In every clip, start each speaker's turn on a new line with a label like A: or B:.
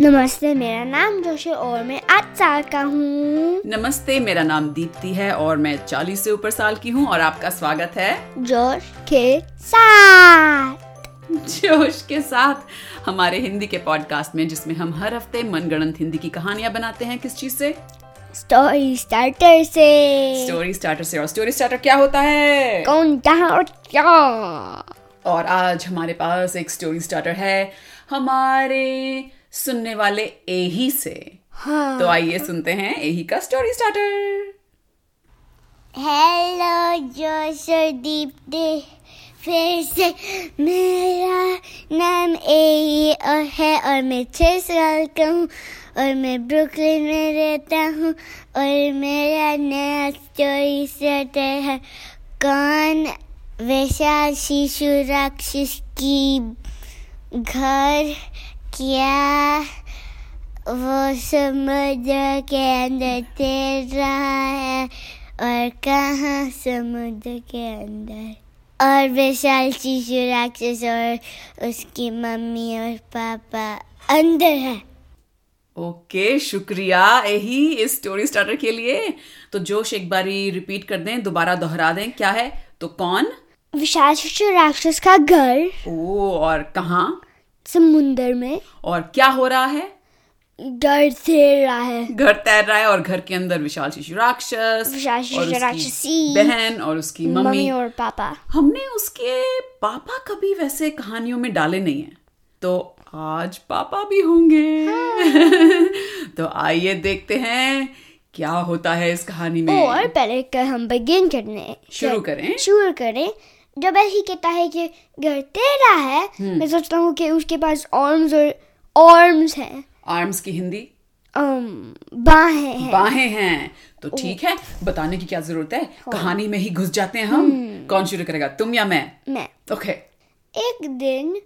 A: नमस्ते मेरा नाम जोश है और मैं आठ साल का हूँ
B: नमस्ते मेरा नाम दीप्ति है और मैं 40 से ऊपर साल की हूँ और आपका स्वागत है
A: जोश के साथ
B: जोश के साथ हमारे हिंदी के पॉडकास्ट में जिसमें हम हर हफ्ते मनगढ़ंत हिंदी की कहानियां बनाते हैं किस चीज से
A: स्टोरी स्टार्टर से
B: स्टोरी स्टार्टर से और स्टोरी स्टार्टर क्या होता है
A: कौन जहाँ और क्या
B: और आज हमारे पास एक स्टोरी स्टार्टर है हमारे सुनने वाले एही से
A: हाँ
B: तो आइए सुनते हैं एही का स्टोरी स्टार्टर
A: हेलो जोश और दीप्ति फिर से मेरा नाम ए और है और मैं छः साल का हूँ और मैं ब्रुकलिन में रहता हूँ और मेरा नया स्टोरी सेटर है कौन वैसा शिशु राक्षस की घर क्या वो समुद्र के अंदर तैर रहा है और कहाँ समुद्र के अंदर और विशाल शिशु राक्षस और उसकी मम्मी और पापा अंदर है
B: ओके शुक्रिया एही इस स्टोरी स्टार्टर के लिए तो जोश एक बारी रिपीट कर दें दोबारा दोहरा दें क्या है तो कौन
A: विशाल शिशु राक्षस का घर
B: ओ और कहाँ
A: समुंदर में
B: और क्या हो रहा है
A: डर तैर रहा है
B: घर तैर रहा है और घर के अंदर विशाल शिशु राक्षस
A: विशाल शिशु
B: और उसकी
A: राक्षसी।
B: बहन और उसकी मम्मी
A: मम्मी और पापा
B: हमने उसके पापा कभी वैसे कहानियों में डाले नहीं हैं तो आज पापा भी
A: हाँ।
B: होंगे तो आइए देखते हैं क्या होता है इस कहानी में
A: और पहले कर हम बिगिन करने
B: शुरू करें
A: शुरू करें जब ऐसी कहता है कि घर तेरा है मैं सोचता हूँ कि उसके पास आर्म्स और आर्म्स हैं
B: आर्म्स की हिंदी
A: अम, बाहें हैं
B: बाहें हैं तो ठीक है बताने की क्या जरूरत है
A: हाँ।
B: कहानी में ही घुस जाते हैं
A: हम्म।
B: हम कौन शुरू करेगा तुम या मैं
A: मैं
B: ओके
A: एक दिन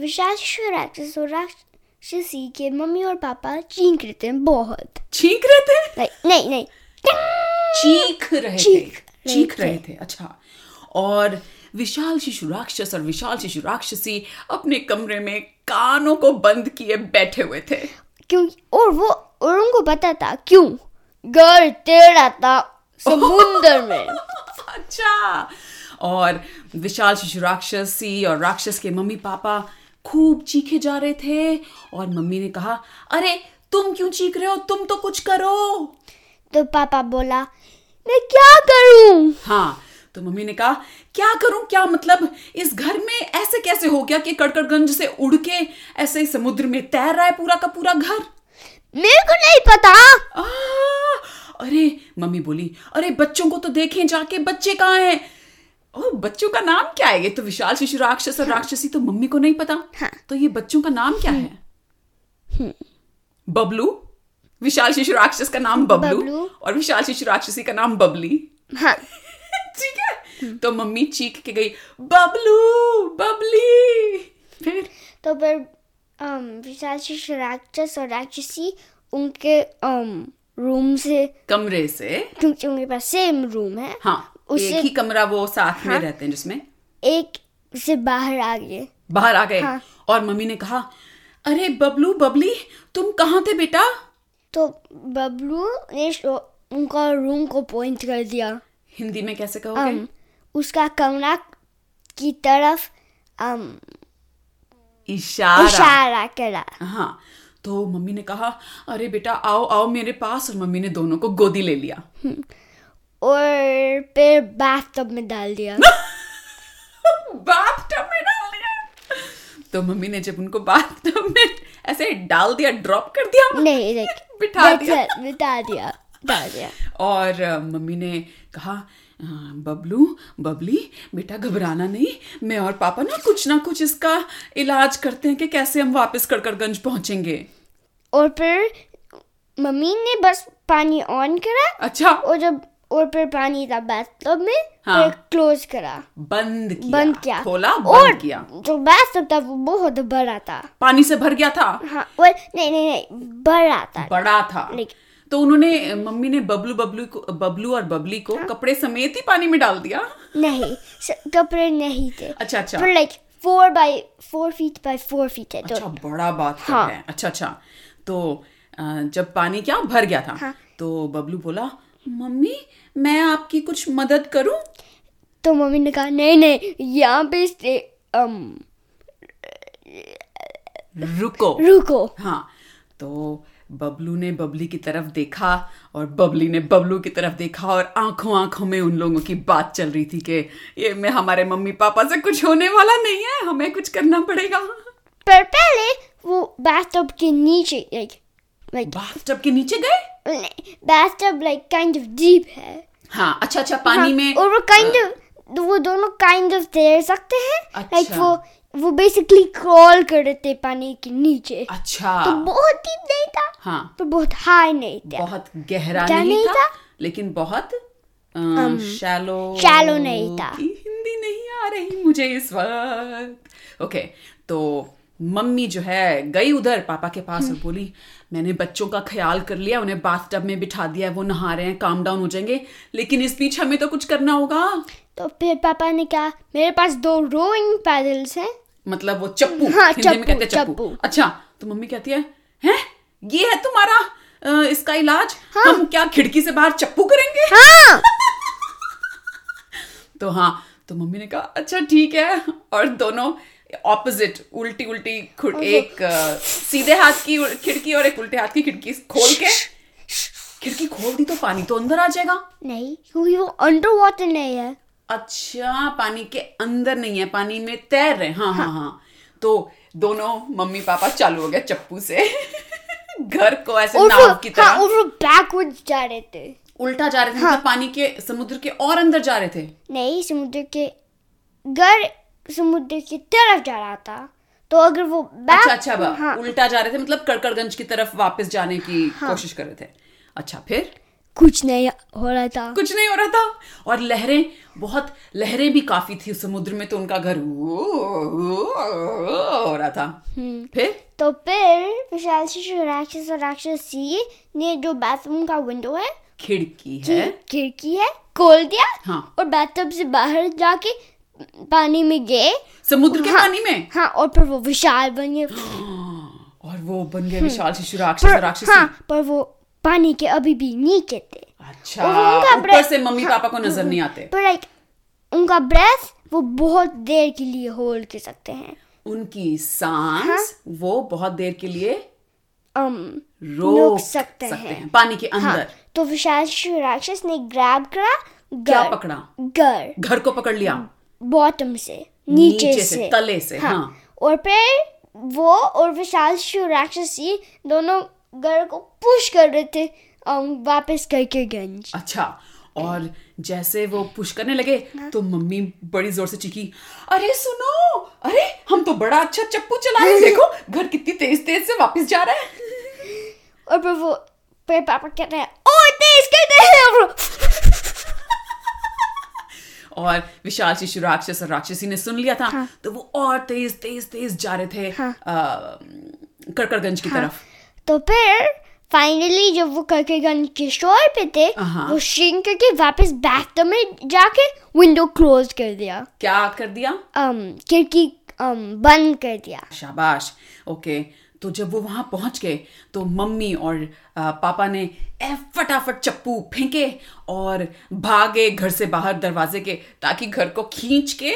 A: विशाल शिशु राक्षस और राक्षसी के मम्मी और पापा चीख रहे थे बहुत
B: चीख रहे थे
A: नहीं नहीं नहीं
B: चीख रहे
A: चीख
B: थे
A: रहे
B: चीख
A: थे।
B: रहे थे अच्छा और विशाल शिशु राक्षस और विशाल शिशु राक्षसी अपने कमरे में कानों को बंद किए बैठे हुए थे
A: क्योंकि और वो और उनको पता था क्यों घर तेरा था समुंदर में
B: अच्छा और विशाल शिशु राक्षसी और राक्षस के मम्मी पापा खूब चीखे जा रहे थे और मम्मी ने कहा अरे तुम क्यों चीख रहे हो तुम तो कुछ करो
A: तो पापा बोला मैं क्या करूं
B: हाँ तो मम्मी ने कहा क्या करूं क्या मतलब इस घर में ऐसे कैसे हो गया कि कड़कड़गंज से उड़ के ऐसे ही समुद्र में तैर रहा है पूरा का पूरा घर
A: मेरे को नहीं पता
B: आ, अरे मम्मी बोली अरे बच्चों को तो देखें जाके बच्चे कहाँ हैं ओ बच्चों का नाम क्या है ये तो विशाल शिशु राक्षस और राक्षसी तो मम्मी को नहीं पता
A: हाँ। हम्म।
B: तो ये बच्चों का नाम क्या है बबलू विशाल शिशु राक्षस का नाम बबलू
A: बबलू।
B: और विशाल शिशु राक्षसी का नाम बबली
A: हाँ
B: ठीक
A: हम्म।
B: है तो मम्मी चीख के गई बबलू बबली फिर
A: तो फिर अम, विशाल शिशु राक्षस और राक्षसी उनके अम, रूम से
B: कमरे से
A: क्योंकि उनके पास सेम रूम है
B: हाँ
A: उससे-
B: एक ही कमरा वो साथ
A: हाँ।
B: में रहते हैं जिसमें
A: एक से बाहर आ गए
B: बाहर आ गए
A: हाँ।
B: और मम्मी ने कहा अरे बबलू बबली तुम कहाँ थे बेटा
A: तो बबलू ने शो- उनका रूम को पॉइंट कर दिया
B: हिंदी में कैसे
A: अम,
B: कहोगे
A: उसका कमरा की तरफ अम,
B: इशारा
A: इशारा करा
B: हाँ तो मम्मी ने कहा अरे बेटा आओ आओ मेरे पास और मम्मी ने दोनों को गोदी ले लिया
A: और फिर बाथटब में डाल दिया
B: बाथटब में डाल दिया तो मम्मी ने जब उनको बाथटब में ऐसे डाल दिया ड्रॉप कर दिया
A: नहीं देख
B: बिठा
A: that's
B: दिया
A: it, बिठा दिया डाल दिया
B: और अ, मम्मी ने कहा "अ, बबलू बबली बेटा घबराना नहीं मैं और पापा ना कुछ ना कुछ इसका इलाज करते हैं कि कैसे हम वापस कड़कड़गंज पहुंचेंगे
A: और फिर मम्मी ने बस पानी ऑन करा
B: अच्छा
A: और जब और फिर पानी था bathtub में
B: हाँ।
A: फिर क्लोज करा
B: बंद किया
A: बंद किया
B: खोला
A: और
B: बंद किया
A: जो bathtub था वो बहुत बड़ा था
B: पानी से भर गया था
A: हाँ और नहीं नहीं नहीं बड़ा था
B: बड़ा था
A: लेकिन-
B: तो उन्होंने मम्मी ने बबलू बबलू को बबलू और बबली को
A: हाँ।
B: कपड़े समेत ही पानी में डाल दिया
A: नहीं स- कपड़े नहीं थे
B: अच्छा अच्छा
A: पर like four by four feet by four feet है तो
B: अच्छा बड़ा बात
A: हाँ।
B: है अच्छा अच्छा तो अ, जब पानी क्या भर गया था
A: हाँ।
B: तो बबलू बोला मम्मी मैं आपकी कुछ मदद करूं
A: तो मम्मी ने कहा नहीं नहीं यहाँ पे um, स्टे अम,
B: रुको
A: रुको
B: हाँ तो बबलू ने बबली की तरफ देखा और बबली ने बबलू की तरफ देखा और आंखों आंखों में उन लोगों की बात चल रही थी कि ये में हमारे मम्मी पापा से कुछ होने वाला नहीं है हमें कुछ करना पड़ेगा
A: पर पहले वो bathtub के नीचे लाइक लाइक
B: बाथटब के नीचे गए
A: bathtub like kind of deep है
B: हाँ अच्छा अच्छा पानी
A: हाँ,
B: में
A: और वो kind of वो दोनों kind of तैर सकते हैं लाइक
B: अच्छा।
A: वो वो बेसिकली क्रॉल कर रहे थे पानी के नीचे
B: अच्छा
A: तो बहुत डीप नहीं था
B: हाँ
A: पर बहुत हाई नहीं था
B: बहुत गहरा
A: क्या
B: नहीं
A: नहीं
B: था
A: था?
B: लेकिन बहुत शैलो
A: shallow नहीं था।
B: हिंदी नहीं आ रही मुझे इस वक्त ओके तो मम्मी जो है गई उधर पापा के पास
A: हम्म।
B: और बोली मैंने बच्चों का ख्याल कर लिया उन्हें बाथटब में बिठा दिया है वो नहा रहे हैं काम डाउन हो जाएंगे लेकिन इस बीच हमें तो कुछ करना होगा
A: तो फिर पापा ने कहा मेरे पास दो रोइंग पैडल्स हैं
B: मतलब वो चप्पू
A: हाँ,
B: हिंदी
A: चप्पू,
B: में कहते हैं चप्पू
A: चप्पू।
B: अच्छा तो मम्मी कहती है हैं ये है तुम्हारा अ, इसका इलाज
A: हाँ।
B: हम क्या खिड़की से बाहर चप्पू करेंगे
A: हाँ
B: तो हाँ तो मम्मी ने कहा अच्छा ठीक है और दोनों ऑपोजिट उल्टी उल्टी खु- एक अ, सीधे हाथ की उल- खिड़की और एक उल्टे हाथ की खिड़की खोल के खिड़की खोल दी तो पानी तो अंदर आ जाएगा
A: नहीं क्योंकि वो अंडर वाटर नहीं है
B: अच्छा पानी के अंदर नहीं है पानी में तैर रहे हैं। हाँ हाँ हाँ तो दोनों मम्मी पापा चालू हो गए चप्पू से घर को ऐसे
A: और वो
B: नाव की तरह
A: हाँ और वो बैकवर्ड जा रहे थे
B: उल्टा जा रहे थे मतलब पानी के समुद्र के और अंदर जा रहे थे
A: नहीं समुद्र के घर समुद्र की तरफ जा रहा था तो अगर वो बैक
B: अच्छा अच्छा बा,
A: हाँ
B: उल्टा जा रहे थे मतलब कड़कड़गंज की तरफ वापस जाने की कोशिश कर रहे थे अच्छा फिर
A: कुछ नहीं हो रहा था
B: कुछ नहीं हो रहा था और लहरें बहुत लहरें भी काफी थी उस समुद्र में तो उनका घर वो- वो- हो रहा था फिर
A: तो फिर विशाल शिशु राक्षस और राक्षसी ने जो बाथरूम का विंडो है
B: खिड़की
A: की
B: है
A: खिड़की है खोल दिया
B: हाँ।
A: और बाथटब से बाहर जाके पानी में गए
B: समुद्र के
A: हाँ।
B: पानी में
A: हाँ और फिर वो विशाल बन गए
B: और वो बन गए विशाल शिशु राक्षस और
A: हम्म। पर,
B: राक्षसी
A: हाँ पर वो पानी के अभी भी नीचे थे
B: अच्छा
A: और उनका
B: ऊपर
A: ब्रेथ-
B: से मम्मी
A: हाँ।
B: पापा को नजर नहीं आते
A: पर लाइक उनका ब्रेथ वो बहुत देर के लिए होल्ड कर सकते हैं
B: उनकी सांस
A: हाँ।
B: वो बहुत देर के लिए
A: um,
B: रोक सकते हैं पानी के अंदर
A: तो विशाल शिशु राक्षस ने ग्रैब करा
B: क्या
A: गर
B: पकड़ा
A: गर
B: घर को पकड़ लिया
A: हम्म। बॉटम से नीचे,
B: नीचे से,
A: से,
B: तले से, हाँ।
A: और फिर वो और विशाल शिव राक्षसी दोनों घर को पुश कर रहे थे अम, वापस करके गंज
B: अच्छा और जैसे वो पुश करने लगे तो मम्मी बड़ी जोर से चीखी अरे सुनो अरे हम तो बड़ा अच्छा चप्पू चला रहे हैं। देखो घर कितनी तेज तेज से वापस जा रहा है
A: और फिर वो फिर पापा कहते हैं और तेज करते हैं और वो-
B: और विशाल शिशु राक्षस और राक्षसी ने सुन लिया था
A: हाँ।
B: तो वो और तेज तेज तेज जा रहे थे
A: हाँ।
B: अ, कड़कड़गंज की तरफ
A: तो फिर फाइनली जब वो करके गंज के शोर पे थे
B: हाँ।
A: वो श्रिंक करके वापस बैथरूम में जाके विंडो क्लोज कर दिया
B: क्या कर दिया
A: अम खिड़की अम बंद कर दिया
B: शाबाश ओके तो जब वो वहां पहुंच गए तो मम्मी और आ, पापा ने ए, फटाफट चप्पू फेंके और भागे घर से बाहर दरवाजे के ताकि घर को खींच के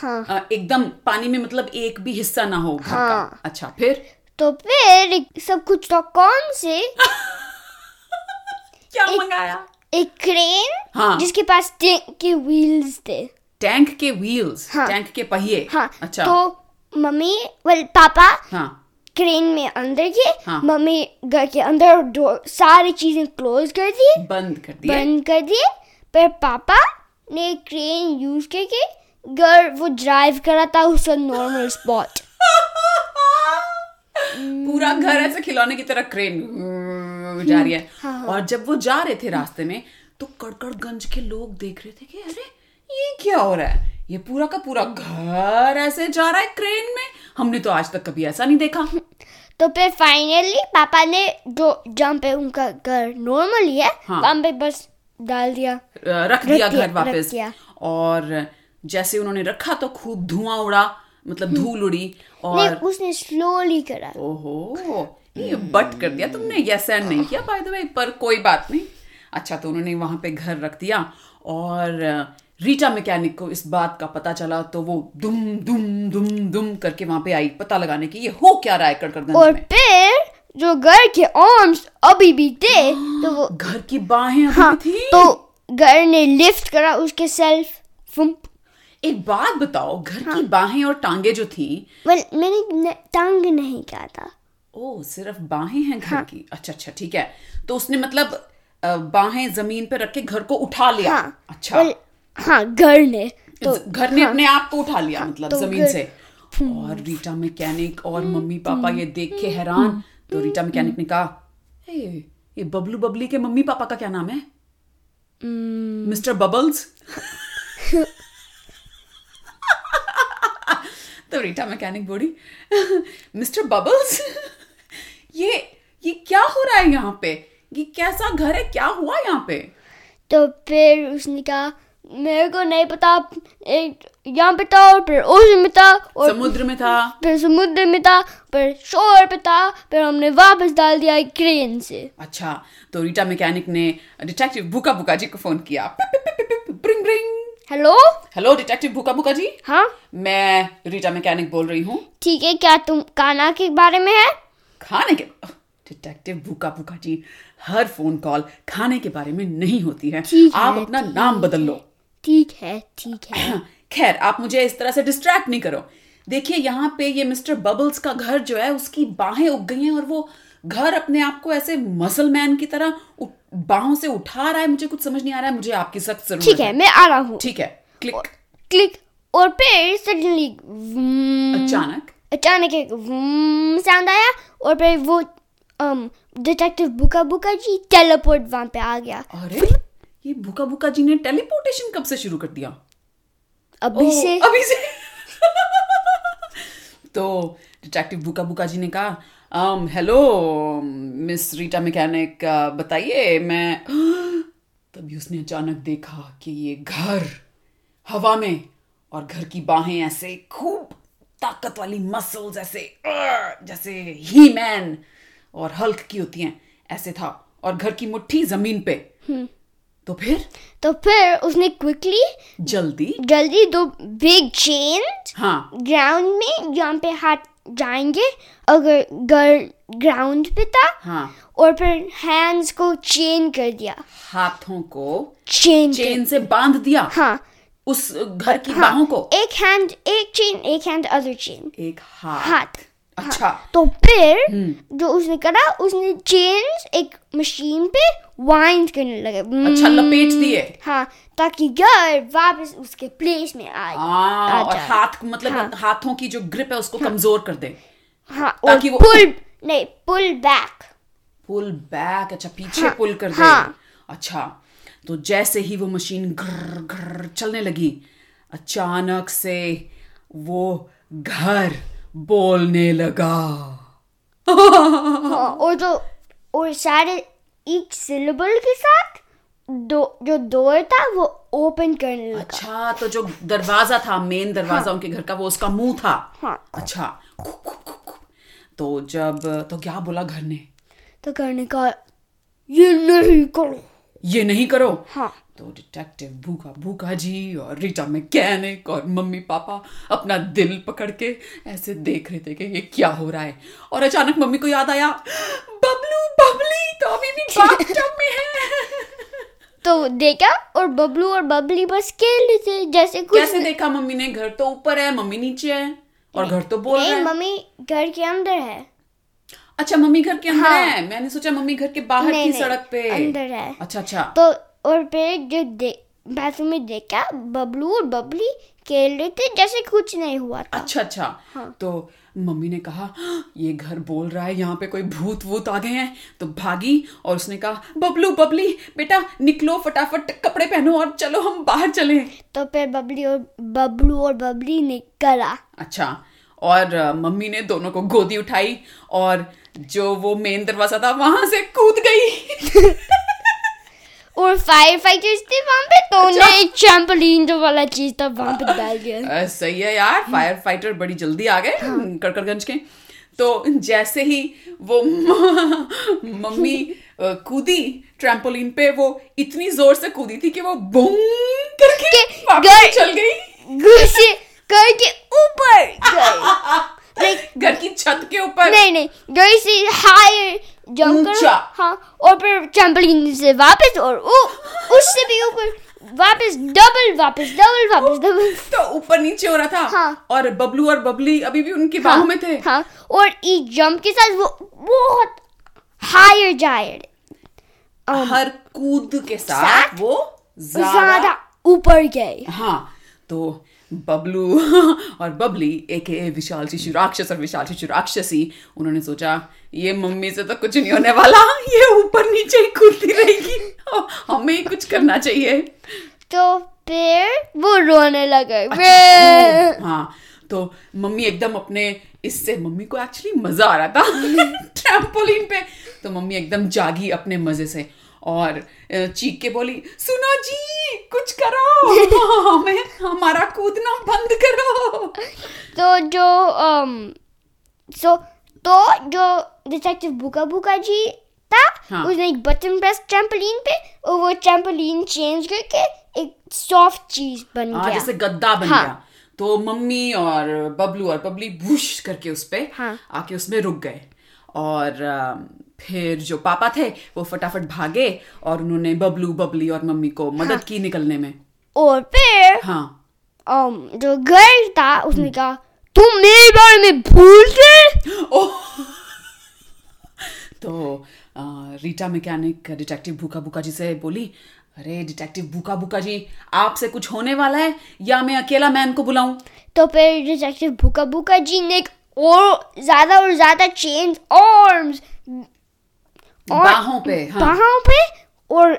A: हाँ
B: आ, एकदम पानी में मतलब एक भी हिस्सा ना हो घर का
A: हाँ।
B: अच्छा फिर
A: तो फिर एक- सब कुछ तो कौन से
B: क्या मंगाया
A: एक क्रेन
B: हाँ।
A: जिसके पास टैंक के व्हील्स थे
B: टैंक के व्हील्स
A: हाँ।
B: टैंक के पहिए
A: हाँ
B: अच्छा
A: तो मम्मी वेल पापा
B: हाँ
A: क्रेन में अंदर गए
B: हाँ।
A: मम्मी घर के अंदर डोर सारी चीजें क्लोज कर दिए
B: बंद कर दिए
A: बंद कर दिए पर पापा ने क्रेन यूज करके घर वो ड्राइव करा था उसका नॉर्मल स्पॉट
B: पूरा घर ऐसे खिलौने की तरह क्रेन जा रही है
A: हाँ,
B: और जब वो जा रहे थे रास्ते में तो कड़कड़गंज के लोग देख रहे थे कि अरे ये क्या हो रहा है ये पूरा का पूरा घर ऐसे जा रहा है क्रेन में हमने तो आज तक कभी ऐसा नहीं देखा
A: तो फिर फाइनली पापा ने जो जहाँ पे उनका घर नॉर्मल ही है
B: हाँ।
A: वहाँ पे बस डाल दिया
B: रख दिया
A: रख दिया,
B: घर वापस
A: रख दिया।
B: और जैसे उन्होंने रखा तो खूब धुआं उड़ा मतलब धूल उड़ी
A: हम्म। नहीं
B: और
A: उसने स्लोली करा
B: ओहो ये
A: हम्म।
B: बट कर दिया तुमने यस एंड नहीं किया बाय द वे पर कोई बात नहीं अच्छा तो उन्होंने वहां पे घर रख दिया और अ, रीटा मैकेनिक को इस बात का पता चला तो वो दुम दुम दुम दुम करके वहां पे आई पता लगाने की ये हो क्या रहा है
A: और
B: कड़कड़गंज में
A: फिर जो घर के आर्म्स अभी भी थे तो वो
B: घर की बाहें अभी
A: हाँ
B: भी थी
A: तो घर ने लिफ्ट करा उसके सेल्फ फुम्प
B: एक बात बताओ घर
A: हाँ।
B: की बाहें और टांगे जो थी
A: well, मैंने न- तंग नहीं किया था
B: ओ सिर्फ बाहें हैं
A: हाँ।
B: घर की अच्छा अच्छा ठीक है तो उसने मतलब अ, बाहें जमीन पे रख के घर को उठा लिया
A: हाँ
B: अच्छा
A: well, हाँ घर ने तो
B: ज- घर ने अपने आप को उठा लिया मतलब
A: तो
B: जमीन
A: घर- हम्म,
B: से और रीटा मैकेनिक और मम्मी पापा ये देख के हैरान तो रीटा मैकेनिक ने कहा "हे, ये बबलू बबली के मम्मी पापा का क्या नाम है
A: हम्म।
B: मिस्टर बबल्स तो रीटा मैकेनिक बोली मिस्टर बबल्स ये ये क्या हो रहा है यहाँ पे ये कैसा घर है क्या हुआ यहाँ पे
A: तो फिर उसने कहा मेरे को नहीं पता एक यहाँ पे था और फिर उस में था और
B: समुद्र में था
A: फिर समुद्र में था फिर शोर पे था फिर हमने वापस डाल दिया क्रेन से
B: अच्छा तो रीटा मैकेनिक ने डिटेक्टिव भूका भूका जी को फोन किया पिप, पिप, पिप, पिप, ब्रिंग ब्रिंग
A: हेलो
B: हेलो डिटेक्टिव भूका भूका जी
A: हाँ
B: मैं रीटा मैकेनिक बोल रही हूँ
A: ठीक है क्या तुम काना के बारे में है
B: खाने के डिटेक्टिव भूका भूका जी हर फोन कॉल खाने के बारे में नहीं होती है
A: ठीक है,
B: आप अपना नाम बदल लो
A: ठीक है ठीक है
B: खैर आप मुझे इस तरह से डिस्ट्रैक्ट नहीं करो देखिए यहाँ पे ये मिस्टर बबल्स का घर जो है उसकी बाहें उग गई हैं और वो घर अपने आप को ऐसे मसल मैन की तरह उ- बाहों से उठा रहा है मुझे कुछ समझ नहीं आ रहा है मुझे आपकी सख्त जरूरत
A: ठीक है मैं आ रहा हूँ
B: ठीक है क्लिक
A: क्लिक और फिर सडनली
B: अचानक
A: अचानक एक साउंड आया और फिर वो um, detective Buka Buka ji teleport वहां पे आ गया
B: अरे ये भूखा भूखा जी ने टेलीपोर्टेशन कब से शुरू कर दिया
A: अभी
B: ओह,
A: से
B: अभी से तो डिटेक्टिव बुका बुका जी ने कहा um, hello miss Rita mechanic अ, uh, बताइए मैं तभी उसने अचानक देखा कि ये घर हवा में और घर की बाहें ऐसे खूब ताकत वाली मसल्स ऐसे "Arr!" जैसे ही मैन और हल्क की होती हैं ऐसे था और घर की मुट्ठी जमीन पे तो फिर
A: तो फिर उसने क्विकली
B: जल्दी
A: जल्दी दो बिग चेन
B: हाँ
A: ग्राउंड में जहाँ पे हाथ जाएंगे अगर गर्ल ग्राउंड पे था
B: हाँ
A: और फिर हैंड्स को चेन कर दिया
B: हाथों को
A: चेन कर-
B: चेन से बांध दिया
A: हाँ
B: उस घर की
A: हाँ
B: बाहों को
A: एक हैंड एक चेन एक हैंड अदर चेन
B: एक हाथ
A: हाथ
B: अच्छा
A: तो फिर
B: हम्म।
A: जो उसने करा उसने चेन्स एक मशीन पे वाइंड करने लगे हम्म।
B: अच्छा लपेट दिए
A: हाँ ताकि घर वापस उसके प्लेस में आए
B: हाँ और
A: अच्छा।
B: हाथ मतलब
A: हाँ।
B: हाथों की जो ग्रिप है उसको कमजोर कर दे
A: हाँ और
B: ताकि वो-
A: पुल नहीं पुल बैक
B: पुल बैक अच्छा पीछे
A: हाँ,
B: पुल कर दे
A: हाँ।
B: अच्छा तो जैसे ही वो मशीन घर घर चलने लगी अचानक से वो घर बोलने लगा
A: हाँ, और जो और सारे एक सिलेबल के साथ दो जो डोर था वो ओपन करने लगा
B: अच्छा तो जो दरवाजा था मेन दरवाजा उनके घर का वो उसका मुंह था
A: हाँ।
B: अच्छा खूब, खूब, खूब, खूब। तो जब तो क्या बोला घर ने
A: तो करने का ये नहीं करो
B: ये नहीं करो
A: हाँ
B: तो डिटेक्टिव भूखा भूखा जी और रीटा मैकेनिक और मम्मी पापा अपना दिल पकड़ के ऐसे देख रहे थे कि ये क्या हो रहा है और अचानक मम्मी को याद आया बबलू बबली तो अभी भी bathtub में है
A: तो देखा और बबलू और बबली बस खेल रहे थे जैसे कुछ
B: कैसे देखा मम्मी ने घर तो ऊपर है मम्मी नीचे है और घर तो बोल रहा
A: नहीं
B: है
A: मम्मी घर के अंदर है
B: अच्छा मम्मी घर के अंदर
A: हाँ।
B: है मैंने सोचा मम्मी घर के बाहर
A: नहीं,
B: की
A: नहीं,
B: सड़क पे
A: अंदर है।
B: अच्छा अच्छा
A: तो और फिर जो दे बाथरूम में देखा बबलू और बबली खेल रहे थे जैसे कुछ नहीं हुआ था
B: अच्छा अच्छा तो मम्मी ने कहा "हाँ, ये घर बोल रहा है यहाँ पे कोई भूत वूत आ गए हैं तो भागी और उसने कहा बबलू बबली बेटा निकलो फटाफट कपड़े पहनो और चलो हम बाहर चले
A: तो फिर बबली और बबलू और बबली ने करा
B: अच्छा और अ, मम्मी ने दोनों को गोदी उठाई और जो वो मेन दरवाजा था वहां से कूद गई
A: और फायर फाइटर्स थे वहां पे तो उन्हें एक ट्रम्पोलिन जो वाला चीज था वहां पे डाल दिया
B: अ, सही है यार फायर फाइटर बड़ी जल्दी आ गए
A: हाँ।
B: कड़कड़गंज के तो जैसे ही वो म- मम्मी अ, कूदी ट्रैम्पोलिन पे वो इतनी जोर से कूदी थी कि वो बूम करके
A: के
B: वापस
A: गए।
B: चल गई
A: घुसे घर के ऊपर गए
B: घर की छत के ऊपर
A: नहीं नहीं घर से हायर जंप करो
B: ऊंचा।
A: हाँ और फिर ट्रम्पोलिन से वापस और ऊ उससे भी ऊपर वापस डबल वापस डबल वापस डबल
B: तो ऊपर नीचे हो रहा था
A: हाँ।
B: और बबलू और बबली अभी भी उनकी
A: हाँ,
B: बाहों में थे
A: हाँ और इस जंप के साथ वो बहुत हायर जायर
B: हर कूद के साथ
A: हाँ। साथ
B: वो
A: ज्यादा ऊपर गए
B: हाँ तो बबलू और बबली एक विशाल शिशु राक्षस और विशाल शिशु राक्षसी उन्होंने सोचा ये मम्मी से तो कुछ नहीं होने वाला ये ऊपर नीचे ही कूदती रहेगी तो हमें ही कुछ करना चाहिए
A: तो फिर वो रोने लगे वे-
B: हाँ तो मम्मी एकदम अपने इससे मम्मी को एक्चुअली मजा आ रहा था ट्रैम्पोलिन पे तो मम्मी एकदम जागी अपने मजे से और अ, चीख के बोली सुनो जी कुछ करो हमें हमारा कूदना बंद करो
A: तो जो um, so, तो जो डिटेक्टिव बुका बुका जी था
B: हाँ।
A: उसने एक बटन प्रेस ट्रम्पोलिन पे और वो ट्रम्पोलिन चेंज करके एक सॉफ्ट चीज बन
B: हाँ
A: गया
B: जैसे गद्दा बन
A: हाँ।
B: गया तो मम्मी और बबलू और बबली भूश करके उस पे
A: हाँ।
B: आके उसमें रुक गए और अ, फिर जो पापा थे वो फटाफट भागे और उन्होंने बबलू बबली और मम्मी
A: हाँ।
B: को मदद की निकलने में
A: और फिर
B: हाँ
A: um, जो गर्ल था उसने कहा तुम मेरे बारे में भूल गए
B: ओह! तो अ, Rita mechanic detective Bhukha Bhukha जी से बोली अरे डिटेक्टिव भूखा भूखा जी आपसे कुछ होने वाला है या मैं अकेला मैन को बुलाऊं
A: तो फिर डिटेक्टिव बुका बुका जी ने एक और ज्यादा और ज्यादा चेंज आर्म्स और-
B: बाहों पे हाँ
A: बाहों पे और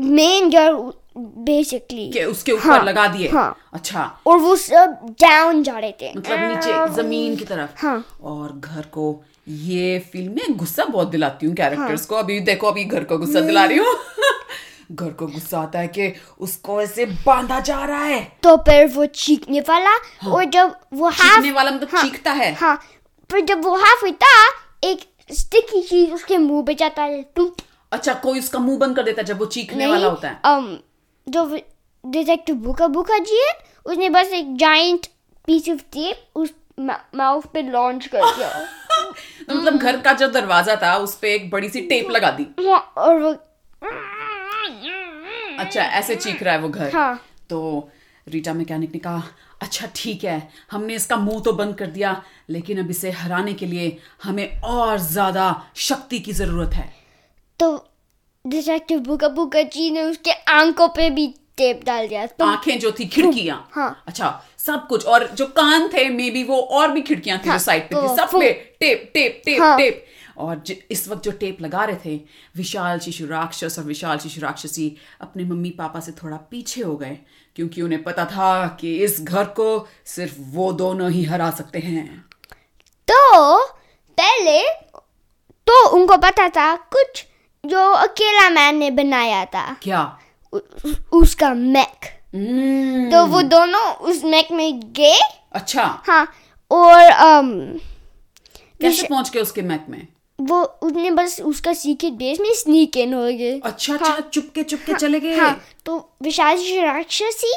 A: मेन गर्ल बेसिकली
B: के उसके ऊपर
A: हाँ,
B: लगा दिए
A: हाँ।
B: अच्छा
A: और वो सब डाउन जा रहे थे
B: मतलब नीचे जमीन की तरफ
A: हाँ।
B: और घर को ये फिल्म में गुस्सा बहुत दिलाती हूँ कैरेक्टर्स
A: हाँ।
B: को अभी देखो अभी घर को गुस्सा दिला रही हूँ घर को गुस्सा आता है कि उसको ऐसे बांधा जा रहा है
A: तो फिर वो चीखने वाला और जब वो हाफ
B: हाँ। चीखने वाला मतलब
A: हाँ,
B: चीखता है
A: हाँ पर जब वो हाफ हुई था एक स्टिकी चीज उसके मुंह पे जाता है तुम
B: अच्छा कोई उसका मुंह बंद कर देता है जब वो चीखने वाला होता है
A: um, जो डिटेक्टिव बुका बुका जी है उसने बस एक जाइंट पीस ऑफ टेप उस माउथ पे लॉन्च कर दिया
B: तो
A: हम्म।
B: मतलब घर का जो दरवाजा था उस पे एक बड़ी सी टेप लगा दी
A: हाँ, और वो
B: अच्छा ऐसे चीख रहा है वो घर
A: हाँ।
B: तो रीटा मैकेनिक ने कहा अच्छा ठीक है हमने इसका मुंह तो बंद कर दिया लेकिन अब इसे हराने के लिए हमें और ज्यादा शक्ति की जरूरत है
A: तो डिटेक्टिव बुका बुका जी ने उसके आंखों पे भी टेप डाल दिया तो
B: आंखें जो थी खिड़कियां
A: हाँ।
B: अच्छा सब कुछ और जो कान थे मे बी वो और भी खिड़कियां थी
A: हाँ,
B: जो साइड पे
A: तो
B: थी सब
A: फू-
B: पे टेप टेप टेप
A: हाँ।
B: टेप और ज- इस वक्त जो टेप लगा रहे थे विशाल शिशु राक्षस और विशाल शिशु राक्षसी अपने मम्मी पापा से थोड़ा पीछे हो गए क्योंकि उन्हें पता था कि इस घर को सिर्फ वो दोनों ही हरा सकते हैं
A: तो पहले तो उनको पता था कुछ जो अकेला मैन ने बनाया था
B: क्या
A: उ, उ- उसका मैक
B: हम्म,
A: तो वो दोनों उस मैक में गए
B: अच्छा
A: हाँ और अम,
B: कैसे पहुंच गए उसके मैक में
A: वो उसने बस उसका सीक्रेट बेस में स्नीक इन हो गए
B: अच्छा अच्छा चुपके चुपके चले गए
A: हाँ तो विशाल जी राक्षसी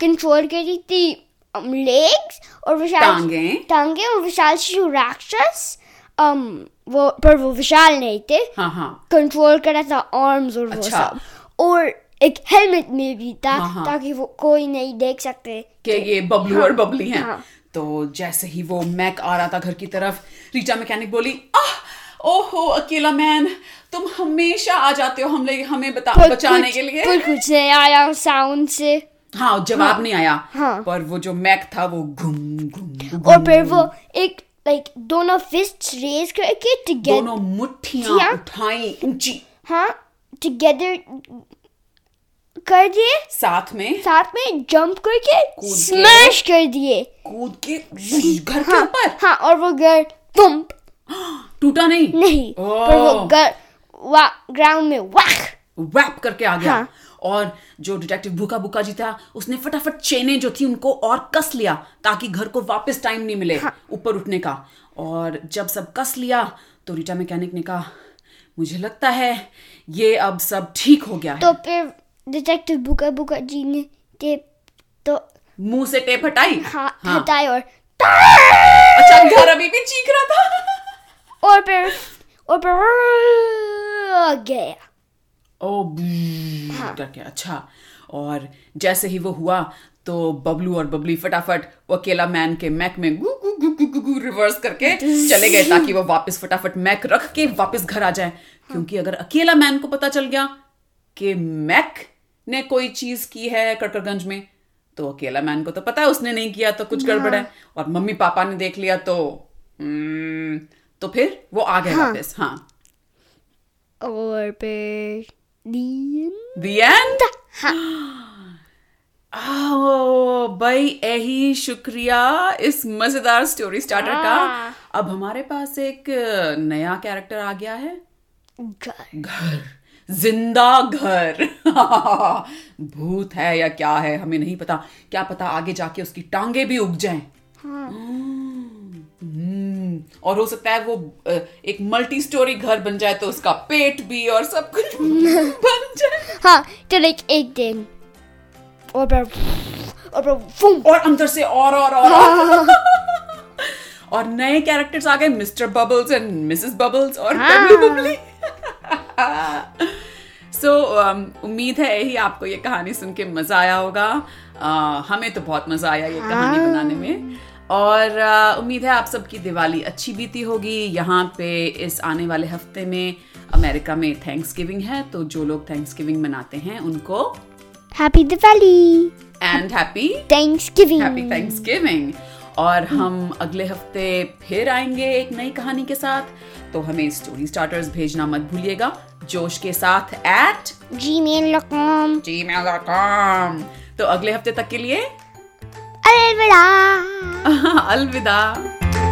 A: कंट्रोल कर रही थी लेग्स और विशाल
B: टांगें।
A: टांगे और विशाल शिशु राक्षस um, वो पर वो विशाल नहीं थे
B: हाँ हाँ
A: कंट्रोल कर रहा था आर्म्स और वो
B: अच्छा।
A: सब और एक हेलमेट में भी था
B: हाँ, हाँ।
A: ताकि वो कोई नहीं देख सकते
B: कि ये बबलू और बबली हैं
A: हाँ।
B: तो जैसे ही वो मैक आ रहा था घर की तरफ रीटा मैकेनिक बोली आह ओहो अकेला मैन तुम हमेशा आ जाते हो हमले हमें बता
A: पर
B: बचाने
A: कुछ-
B: के लिए
A: पर कुछ नहीं आया साउंड से
B: हाँ जवाब नहीं आया
A: हाँ।
B: पर वो जो मैक था वो घुम घुम घुम,
A: और फिर वो एक लाइक दोनों फिस्ट रेस करके टुगेदर
B: दोनों मुट्ठियां
A: किया।
B: उठाई ऊंची
A: हाँ टुगेदर कर दिए
B: साथ में
A: साथ में जंप करके
B: कूद के।
A: स्मैश कर दिए
B: कूद के घर के ऊपर
A: हाँ और वो घर तुम
B: टूटा नहीं
A: नहीं पर वो
B: ओह।
A: घर ग्राउंड में वाह
B: वैप करके आ गया
C: हाँ।
B: और जो डिटेक्टिव भूखा भूखा जी था उसने फटाफट चेने जो थी उनको और कस लिया ताकि घर को वापस टाइम नहीं मिले
C: हाँ।
B: ऊपर उठने का और जब सब कस लिया तो रीटा मैकेनिक ने कहा मुझे लगता है ये अब सब ठीक हो गया है
C: तो फिर डिटेक्टिव बुका बुका जी ने टेप तो
B: मुंह से टेप हटाई हाँ,
C: हा- हटाए और
B: अच्छा घर अभी भी चीख रहा था
C: और फिर और फिर गया
B: ओ बूम करके अच्छा और जैसे ही वो हुआ तो बबलू और बबली फटाफट वो अकेला मैन के मैक में गु गु गु गु गु, गु रिवर्स करके चले गए ताकि वो वापस फटाफट मैक रख के वापस घर आ जाए क्योंकि अगर अकेला मैन को पता चल गया कि मैक ने कोई चीज की है कड़कड़गंज में तो अकेला मैन को तो पता है उसने नहीं किया तो कुछ गड़बड़ है और मम्मी पापा ने देख लिया तो हम्म, तो फिर वो आ गए वापस हाँ
C: और फिर दिन
B: The end? आओ, भाई यही शुक्रिया इस मजेदार स्टोरी स्टार्टर
C: हाँ।
B: का अब हमारे पास एक अ, नया कैरेक्टर आ गया है
C: घर
B: घर जिंदा घर भूत है या क्या है हमें नहीं पता क्या पता आगे जाके उसकी टांगे भी उग जाएं
C: हाँ
B: हम्म, और हो सकता है वो अ, एक मल्टी स्टोरी घर बन जाए तो उसका पेट भी और सब कुछ बन जाए
C: हाँ तो लाइक एक दिन और फिर और फिर फूम
B: और अंदर से और और और, और और नए कैरेक्टर्स आ गए mister Bubbles and missus Bubbles और बबली बबली सो um, उम्मीद है ही आपको ये कहानी सुन के मजा आया होगा Uh, हमें तो बहुत मजा आया ये कहानी बनाने में और uh, उम्मीद है आप सबकी दिवाली अच्छी बीती होगी यहाँ पे इस आने वाले हफ्ते में अमेरिका में थैंक्सगिविंग है तो जो लोग थैंक्सगिविंग मनाते हैं उनको
C: happy Diwali
B: and happy happy
C: Thanksgiving
B: Thanksgiving और हम अगले हफ्ते फिर आएंगे एक नई कहानी के साथ तो हमें स्टोरी स्टार्टर्स भेजना मत भूलिएगा जोश के साथ एट
C: gmail.com
B: जी तो अगले हफ्ते तक के लिए
C: अलविदा
B: अलविदा